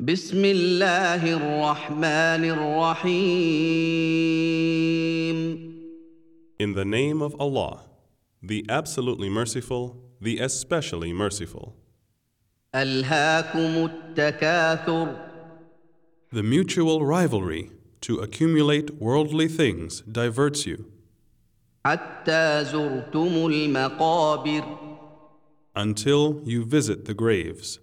بسم الله الرحمن الرحيم In the name of Allah, the absolutely merciful, the especially merciful. ألهاكم التكاثر The mutual rivalry to accumulate worldly things diverts you حتى زرتم المقابر until you visit the graves.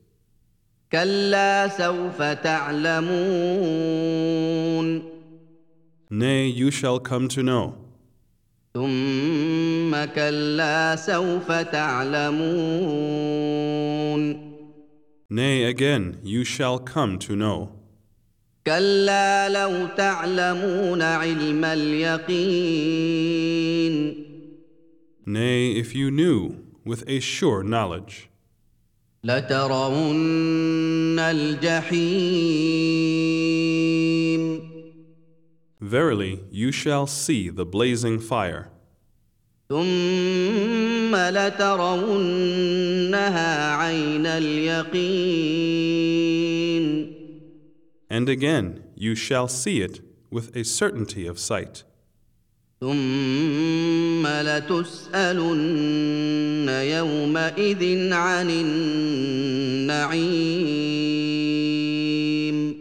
كلا سوف تعلمون Nay, you shall come to know. ثم كلا سوف تعلمون Nay, again, you shall come to know. كلا لو تعلمون علم اليقين Nay, if you knew with a sure knowledge, لترون الجحيم verily you shall see the blazing fire. ثم لترونها عين اليقين And again, you shall see it with a certainty of sight. ثم لتسالن يومئذ عن النعيم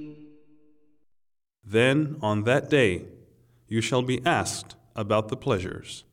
Then, on that day, you shall be asked about the pleasures.